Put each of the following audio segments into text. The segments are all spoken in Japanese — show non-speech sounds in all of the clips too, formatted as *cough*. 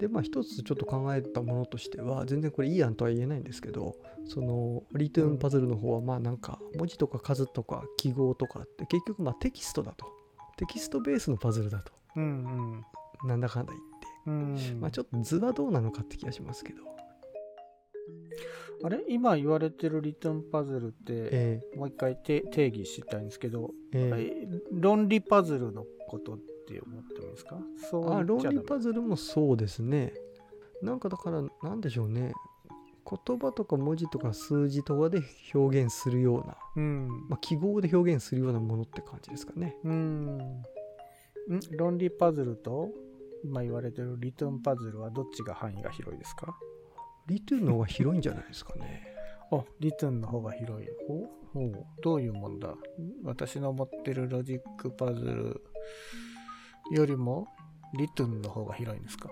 でまあ一つちょっと考えたものとしては全然これいい案とは言えないんですけどそのリトゥーンパズルの方はまあなんか文字とか数とか記号とかって結局まあテキストだとテキストベースのパズルだとうんなんだかんだ言ってうんうんまあ、ちょっと図はどうなのかって気がしますけど、あれ今言われてるリトゥーンパズルってえもう一回て定義したいんですけど、ーえーえ論理パズルのことって思ってもいいですかそうあ言論っちゃダメ理パズルもそうですねなんかだからなんでしょうね言葉とか文字とか数字とかで表現するような、うんまあ、記号で表現するようなものって感じですかねうんん論理パズルと今言われてるリトゥーンパズルはどっちが範囲が広いですかリトゥーンの方が広いんじゃないですかねあリトゥーンの方が広いほうほうどういうもんだ私の持ってるロジックパズルよりもリトゥーンの方が広いんですか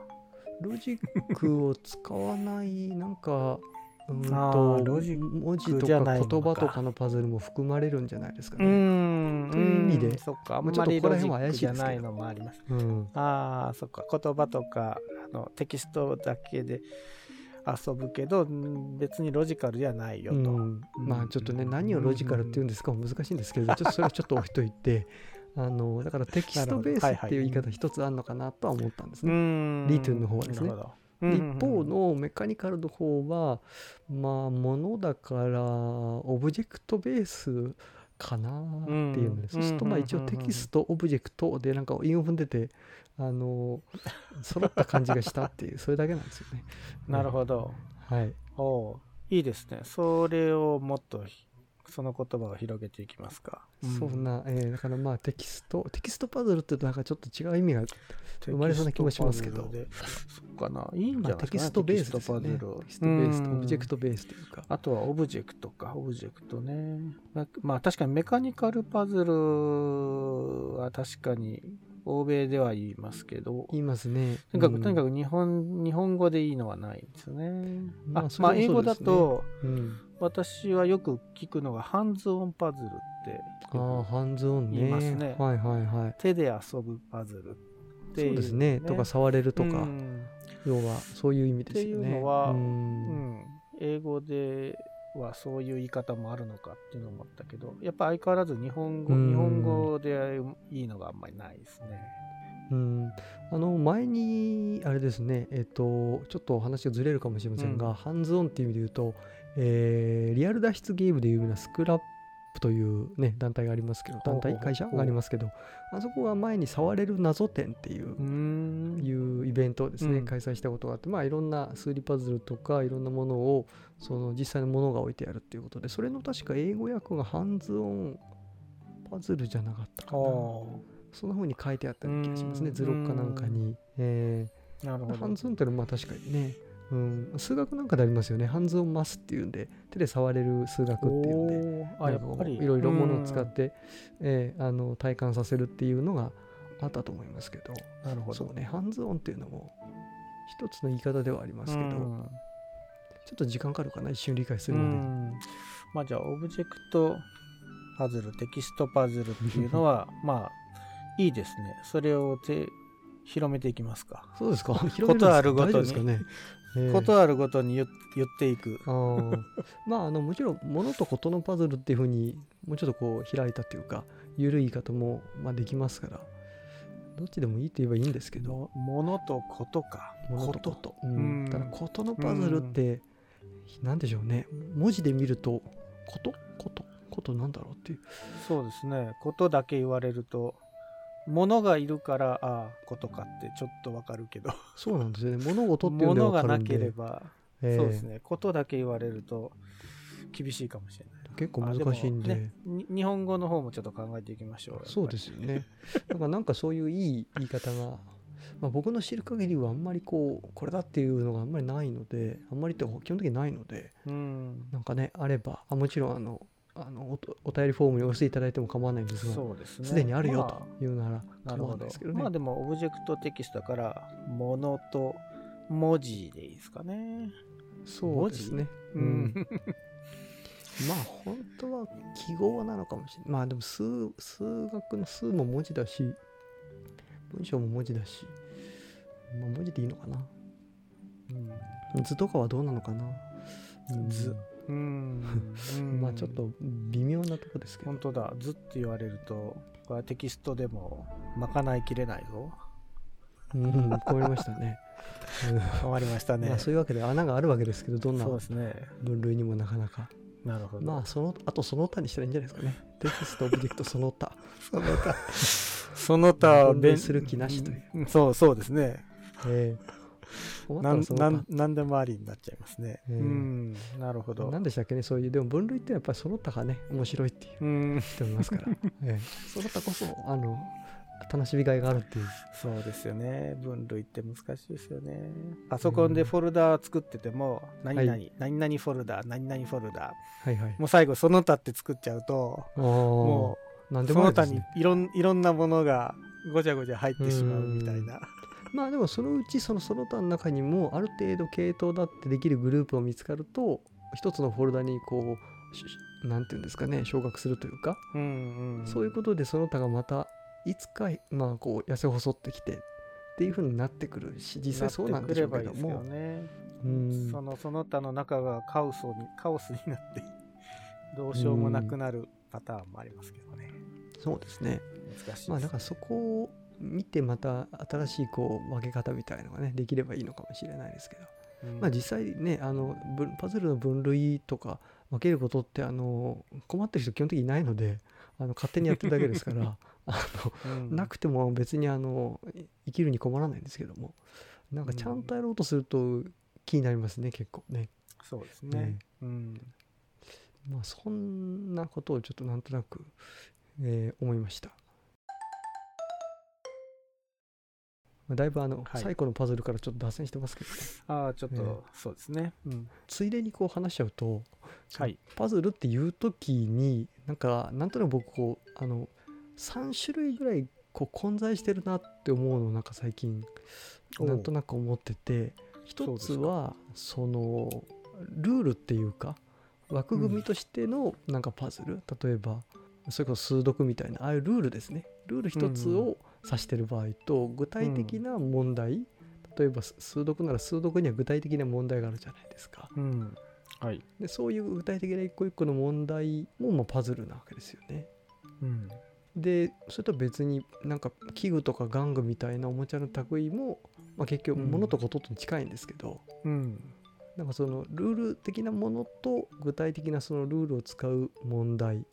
ロジックを使わないなん *laughs* かうあーーんとロジッ文字とじゃかないのか言葉とかのパズルも含まれるんじゃないですかうね。んという意味でんそっかあんまあちょまっとりここらロジ辺はッ怪クしいじでゃすけどないのもありますうんああそっか言葉とかあのテキストだけで遊ぶけどん別にロジカルじゃないようと、ん、まあちょっとね、うん何をロジカルっていうんですか難しいんですけどちょっとそれは *laughs* ちょっと置いといてあのだからテキストベースなるほどはいはっいていう言い方一つあるのかなとは思ったんですね。んリトゥンの方はですねなるほでど一方のメカニカルの方はまあものだからオブジェクトベースかなっていうので、うんそうするとまあ一応うんうんうテんキストオブジェクトでなんか韻を踏んでてあの揃った感じがしたっていう *laughs* それだけなんですよね。なるほどはいおういいですねそれをもっとひその言葉を広げていきますか、そんな、えーだからまあテキストテキストパズルってなんかちょっと違う意味が生生まれそうな気もしますけどそっかないいんじゃまなあ、いテキストベースですよね。テテキキスストトパベズルースとオブジェクトトベースというか。あとはオブジェクトか、オブジェクトね。ままあ確かにメカニカルパズルは確かに欧米では言いますけど、と言いますね。にかく、うんとにかく日本、日本語でいいのはないんですよね。まああそれまはあ英語だと、うん私はよく聞くのがハンズオンパズルって、ああ、ハンズオンね。言いますねはいはいはい。手で遊ぶパズルってい、そううですね。とか、触れるとかう、ん要はそういう意味ですよね。っていうのはうんうん、英語ではそういう言い方もあるのかっていうのを思ったけどやっぱ相変わらず日本語うん日本語でいいのがあんまりないですね。うん、あの前にあれですね、えっと、ちょっとお話がずれるかもしれませんが、うんハンズオンっていう意味で言うと、えーリアル脱出ゲームで有名なスクラップという、ね、団体がありますけどほうほ団うほう体会社がありますけどあそこが前に「触れる謎展」っていううーんいうイベントをですね、うん開催したことがあって、まあ、いろんな数理パズルとかいろんなものをその実際のものが置いてあるっていうことでそれの確か英語訳がハンズオンパズルじゃなかったかあなあその方に書いてあったような気がしますうねん図録かなんかに、えなるー、ハほンど。ズオンってのはまあ確かにね、うん、数学なんかでありますよねハンズオンマスっていうんで手で触れる数学っていうんでおーあなやんかっこぱうりいろいろものを使って、えーあの体感させるっていうのがあったと思いますけど。うんなるほど。そうね、ハンズオンっていうのも一つの言い方ではありますけど、うんちょっと時間かかるかな、一瞬理解すうるまでに。んまあじゃあオブジェクトパズルテキストパズルっていう *laughs* のはまあいいですね。それをて広めていきますか。そうですか、 *laughs* 広ことあるごとにですか *laughs* ね。ええことあるごとに言言っていく。あー *laughs* まあ、あのもちろん、物とことのパズルっていうふうに、もうちょっとこう開いたというか、緩い言い方も、まあ、できますから、どっちでもいいって言えばいいんですけど、もものとことか。物とこ。ことうんうんただ、ことのパズルって、なんでしょうね、文字で見ると、ことことことなんだろうっていう。そうですね。ことだけ言われると、ものがいるから、ああ、ことかってちょっとわかるけど、そうなんですよね。物事っていうもののはが分かなるんでければ、ええそうですね。ことだけ言われると、厳しいかもしれない。結構難しいんであもねに日本語の方もちょっと考えていきましょう。そうですよねだからなんかそういういい言い方が、まあ、僕の知る限りはあんまりこうこれだっていうのがあんまりないのであんまりって基本的にないのです。うん。なんかねあればあもちろんあのあのおとお便りフォームにお寄せいただいても構わないんですがそうですね。すで、にあるよまというならあ構わなるほなどいですけど。ね、まあでも、オブジェクトテキストだから、ものと文字でいいですかね。そうですねううんん。まあ本当は記号なのかもしれないまあでも数数学の数も文字だし文章も文字だし、まあ、文字でいいのかなうん図とかはどうなのかなうん図うん、う *laughs* んまあちょっと微妙なとこですけど本当だ図って言われるとこれはテキストでもまかないきれないぞうん困りました *laughs* ねわかりましたうんね、まあそういうわけで穴があるわけですけどどんなそうですね分類にもなかなかなるほどまあそのあとその他にしたらいいんじゃない *laughs* ですかねテキストオブジェクトその他その他その他分類する気なしといううそうそうですねええな困ったんらそなのんなんでもありになっちゃいますね、うんうんなるほ他どなんでしたっけねそういうでも分類ってやっぱりその他がね面白いっていううん言っており *laughs* ますから、ええ、その他こそあの楽しみがいがあるっていうそうですよね分類って難しいですよねパソコンでフォルダー作ってても、何々、は何々フォルダー何々フォルダはいはいーもう最後その他って作っちゃうとももう何うでそもあのりで他すにねいろんいろんなものがごちゃごちゃ入ってしまうみたいなまあでもそのうちそのその他の中にもある程度系統だってできるグループを見つかると一つのフォルダにこうしなんていうんですかね昇格するというか、うんうんそういうことでその他がまたいつかまあこう痩せ細ってきてっていう風になってくるし実際そうなんでしょうけどなっもてくればいいですよねうんそのその他の中がカオスにカオスになってどうしようもなくなるパターンもありますけどね、そうですね難しいまあでだすからそこを見てまた新しいこう分け方みたいのがねできればいいのかもしれないですけどうんまあ、実際ねあの分パズルの分類とか分けることってあの困ってる人基本的にいないのであの勝手にやってるだけですから *laughs* あうんのなくても別にあのい生きるに困らないんですけどもなんかちゃんとやろうとすると気になりますね結構ね。そうですね、うんまあ、そんなことをちょっとなんとなく、えー思いました。まあだいぶあの、はい最古のパズルからちょっと脱線してますけど、ね、ああちょっと、ねそうですね、うんついでにこう話しちゃうと、はいパズルっていう時になんかなんとなく僕こうあの3種類ぐらいこう混在してるなって思うのをなんか最近おうなんとなく思っててそう一ですつかはそのルールっていうか枠組みとしてのなんかパズル、例えばそれこそ数読みたいなああいうルールですねルール一つうんを指してる場合と具体的な問題、例えば数数読なら数読には具体的な問題があるじゃないですか。うんはい、でそういう具体的な一個一個の問題もまあパズルなわけですよね。うん、でそれとは別になんか器具とか玩具みたいなおもちゃの類も、まあ、結局うん物とことに近いんですけど、うん、なんかそのルール的なものと具体的なそのルールを使う問題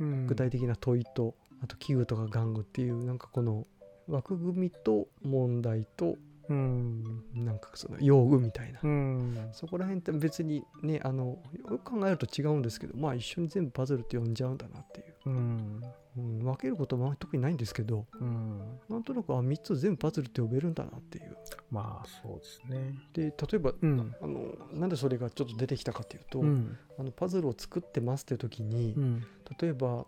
うん具体的な問いと、あと器具とか玩具っていうなんかこの枠組みと問題とうん、なんかその用具みたいなうん、そこら辺って別にねあのよく考えると違うんですけどまあ一緒に全部パズルって呼んじゃうんだなっていう、うん、うん、分けることは特にないんですけどうん、なんとなくあ3つ全部パズルって呼べるんだなっていうまあそうですね、で例えばうん、あのなんでそれがちょっと出てきたかっていうと、うん、あのパズルを作ってますっていう時に、うん、例えば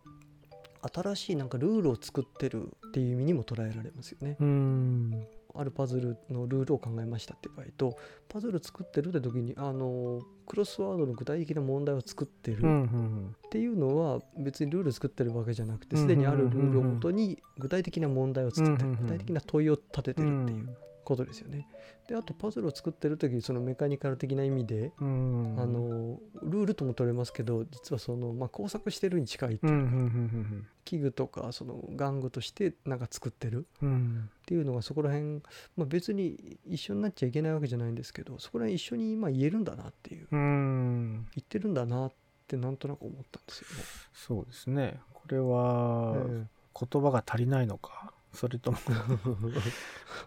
新しいなんかルールを作ってるっていう意味にも捉えられますよね。うん、あるパズルのルールを考えましたって場合とパズル作ってるって時にあのクロスワードの具体的な問題を作ってるうん、っていうのは別にルール作ってるわけじゃなくてうんうすんでにあるルールをもとに具体的な問題を作ってうんるうんうん具体的な問いを立ててるっていうことですよね。であとパズルを作ってる時にそのメカニカル的な意味で、うん、あのルールとも取れますけど実はその、まあ、工作してるに近いってう、いうんうか、ん、器具とかその玩具としてなんか作ってるうん、うん、っていうのがそこら辺、まあ、別に一緒になっちゃいけないわけじゃないんですけどそこら辺一緒に今言えるんだなっていううん、言ってるんだなってなんとなく思ったんですよね。そうですね。これはええ言葉が足りないのか、それとも、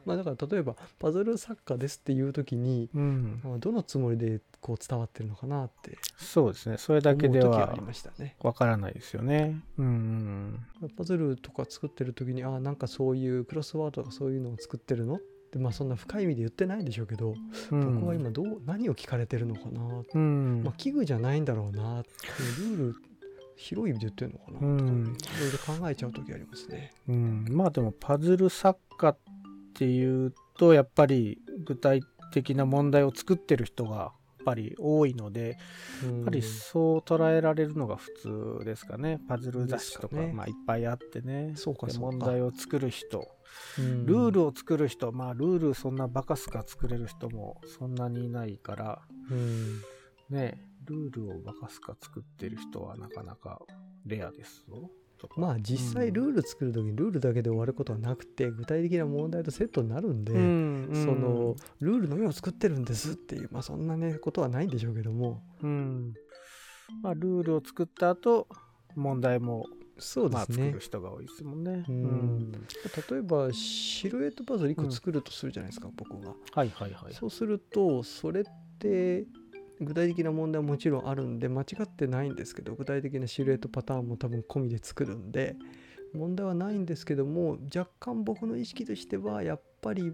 まあだから例えばパズル作家ですっていう時に、うん、まあ、どのつもりでこう伝わってるのかなってそうですね。それだ思けうで時はあはりましたね。わからないですよね。うん、パズルとか作ってる時にああなんかそういうクロスワードとかそういうのを作ってるのってまあそんな深い意味で言ってないんでしょうけど、うん、僕は今どう何を聞かれてるのかな、うんまあ、器具じゃないんだろうなってルール広い意味で言ってるのかなとかうねいろんいろ考えちゃう時ありますね。うん、まあでもパズル作家っていうとやっぱり具体的な問題を作ってる人がぱり多いので、うんやっぱりそう捉えられるのが普通ですかね。パズル雑誌とでか、すかねまあいっぱいあってね。そうかでそうか問題を作る人、うんルールを作る人、まあルールそんなバカすか作れる人もそんなにいないから、うんね、ルールをバカすか作ってる人はなかなかレアですぞ。とかまあ実際うんルール作る時にルールだけで終わることはなくて具体的な問題とセットになるんで、うんうんそのルールのみを作ってるんですっていう、まあ、そんなねことはないんでしょうけどもうんまあ、ルールを作った後問題も、そうでまあ、す作ねる、人が多いですもんね。うんうん例えばシルエットパズル1う個ん作るとするじゃないですか、僕が、はいはいはい。そうするとそれって具体的な問題はもちろんあるんで間違ってないんですけど具体的なシルエットパターンも多分込みで作るんで問題はないんですけども若干僕の意識としてはやっぱり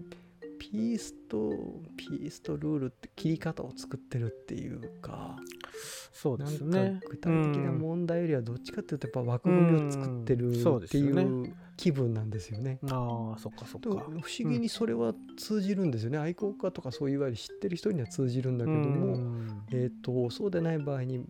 ピースとピースとルールって切り方を作ってるっていうかそうでなんすかね。具体的な問題よりはどっちかっていうとやっぱ枠組みを作ってるうんそうでっすてよねいう気分なんですよね。ああ、そっかそっとか不。思議にそれは通じるんですよね、愛好家とかそういわゆる知ってる人には通じるんだけども、うんえー、とそうでない場合に、ま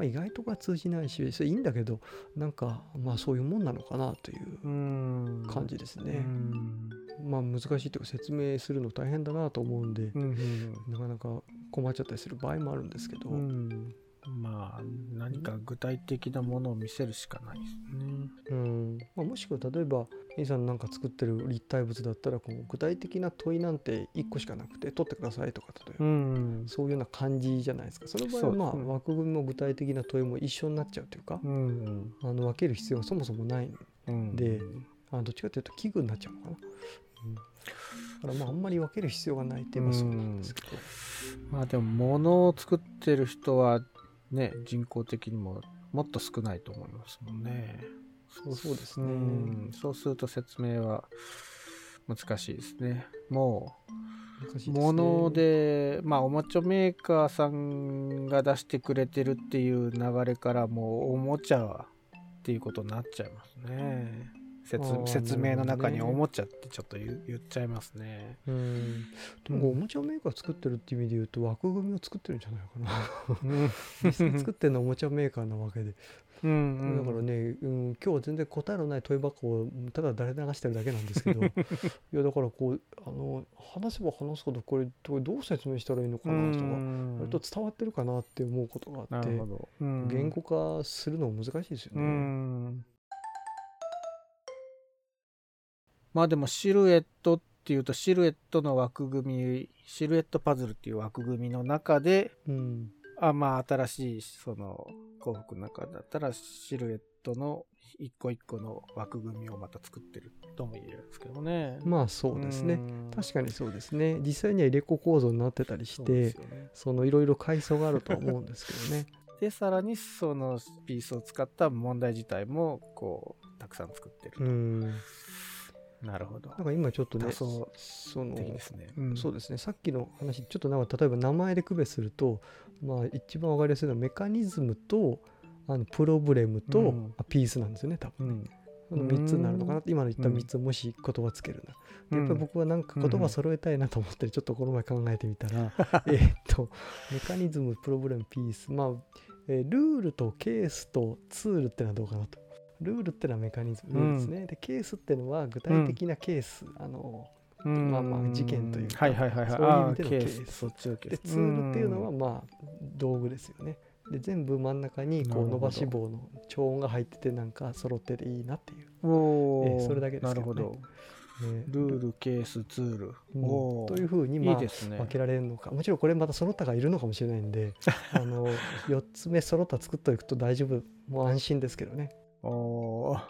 あ、意外とか通じないしそれいいんだけどなんかまあそういうもんなのかなといううん感じですうね、んまあ難しいというか説明するの大変だなと思うんでう、んなかなか困っちゃったりする場合もあるんですけど、うんうんまあ何か具体的なものを見せるしかないですね。うんまあ、もしくは例えば A さんなんか作ってる立体物だったらこう具体的な問いなんて1個しかなくて取ってくださいとか例えば。うんそういうような感じじゃないですか。その場合そうはですまあうん枠組みも具体的な問いも一緒になっちゃうというか、うんあの分ける必要がそもそもないうんであどっちかというと器具になっちゃうのかな。うんだからまああんまり分ける必要がないって言えばそうなんですけど。まあでも物を作ってる人はね人口的にももっと少ないと思いますもんね。そうそうですねうんそうすると説明は難しいですね。も難しいうですね物でまあおもちゃメーカーさんが出してくれてるっていう流れからもうおもちゃっていうことになっちゃいますね。あー説説明の中になるほどおねもちゃってちょっと言う言っちゃいます *laughs* ね。うんでもおもちゃメーカー作ってるっていう意味で言うと枠組みを作ってるんじゃないかな *laughs* *laughs* うん実際作ってるのはおもちゃメーカーなわけで、うんうんだからね、うん、今日は全然答えのない問い箱をただ誰流してるだけなんですけど *laughs* いやだからこうあの話せば話すほどこれどうどう説明したらいいのかなとかうん割と伝わってるかなって思うことがあなってるほど。うん言語化するの難しいですようね。ん。まあでもシルエットっていうとシルエットの枠組み、シルエットパズルっていう枠組みの中で、うんあまあ新しいその幸福の中だったらシルエットの一個一個の枠組みをまた作ってるとも言えるんですけどね。まあそうですね、確かにそうですね実際には入れ子構造になってたりしそうでてすよね。そのいろいろ階層があるとは思うんですけど *laughs* ね。で、さらにそのピースを使った問題自体もこう、たくさん作ってる。うんなんなるほど。か今ちょっとね多層その的ですね。そうですねさっきの話ちょっとなんか例えば名前で区別すると、まあ、一番わかりやすいのはメカニズムとあのプロブレムと、うんあピースなんですよね多分、うん。あの3つになるのかなって今の言った3つをもし言葉つけるな、うんやっぱり僕はなんか言葉揃えたいなと思ってちょっとこの前考えてみた *laughs* らえーっとメカニズムプロブレムピースまあ、えールールとケースとツールってのはどうかなと。ルールってのはメカニズムルールですね、でケースってのは具体的なケース、あのうんまあまあ事件というかはいはいはいはいそういう意味でのあーケースそっちのケーでスツールっていうのはまあ道具ですよね。で全部真ん中にこなるほうど伸ばし棒の長音が入っててなんか揃ってていいなっていう。うんおーええそれだけですけどねなるほどねルールケースツール、うんおーというふうにいいまあですね分けられるのかもちろんこれまたその他がいるのかもしれないんで *laughs* あの4つ目その他作っておくと大丈夫もう安心ですけどね。おー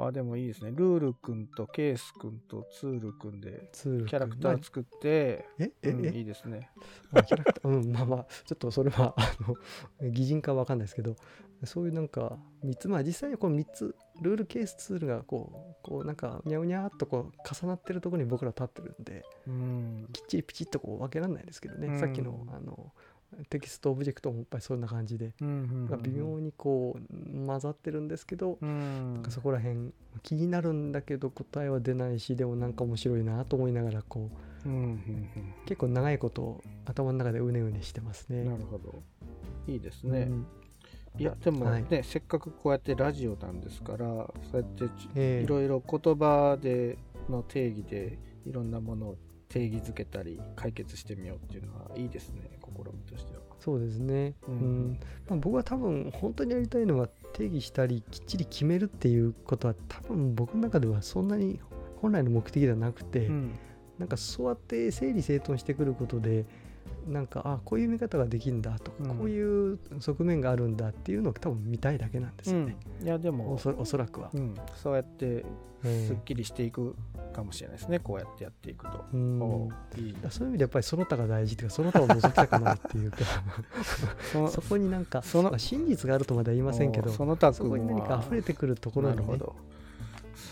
あでもいいですねルールくんとケースくんとツールくんでツールキャラクター作って、まあええうんいえいですねまあキャラクターうんまあまあちょっとそれはあの擬人化は分かんないですけどそういうなんか3つまあ実際にはこの3つルールケースツールがこうこうなんかうにゃうにゃーっとこう重なってるところに僕ら立ってるんでうんきっちりピチッとこう分けられないですけどね、うんさっきのあのテキストオブジェクトもいっぱいそんな感じで、うんうんうなんんか微妙にこう混ざってるんですけど、うんなんかそこら辺気になるんだけど答えは出ないしでもなんか面白いなと思いながらこううんうん結構長いこと頭の中でうねうねしてますうね。んなるほどいいですね、うんいやでもね、はせっかくこうやってラジオなんですからそうやってちええいろいろ言葉での定義でいろんなものを定義づけたり解決してみようっていうのはいいですね試みとしては。そうですね、ううんんまあ、僕は多分本当にやりたいのは定義したりきっちり決めるっていうことは多分僕の中ではそんなに本来の目的ではなくて、うんなんかそうやって整理整頓してくることでなんかあこういう見方ができるんだとか、うんこういう側面があるんだっていうのを多分見たいだけなんですよね、いやでおも、そおそらくはう。ん、そうやってうんすっきりしていくかもしれないですね、こうやってやっていくと。うんおう *laughs* いいだからそういう意味でやっぱりその他が大事っていうかその他を覗きたくないって *laughs* いうかそのそこになんかそのまあ真実があるとまでは言いませんけおどうその他そこに君何かは溢れてくるところなに、るね、ほど、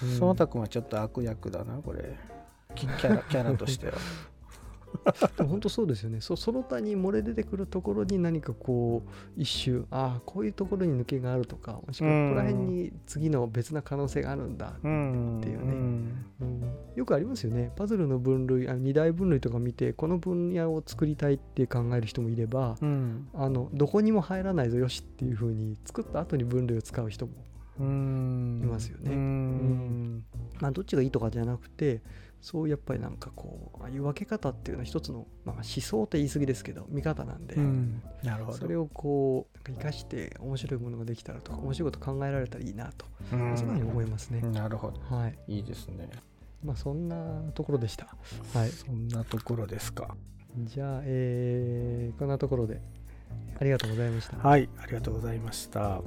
うんその他君はちょっと悪役だなこれキキャラキャラとしては。でも本当そうですよねそその他に漏れ出てくるところに何かこう一周ああこういうところに抜けがあるとかもしくはうんここら辺に次の別な可能性があるんだ、うんっていうねんうんよくありますよねパズルの分類あ二大分類とか見てこの分野を作りたいって考える人もいればうんあのどこにも入らないぞよしっていう風に作った後に分類を使う人も、うんいますよねううんんまあ、どっちがいいとかじゃなくてそうやっぱりなんかこうああいう分け方っていうのは一つの、まあ、思想って言い過ぎですけど見方なんで。うんなるほど。それをこうなんか生かして面白いものができたらとか面白いこと考えられたらいいなと、うんそんなふうに思いますね、なるほど。はいいいですね。まあそんなところでしたはいそんなところですか。じゃあ、えーこんなところでありがとうございましたはい、ありがとうございました。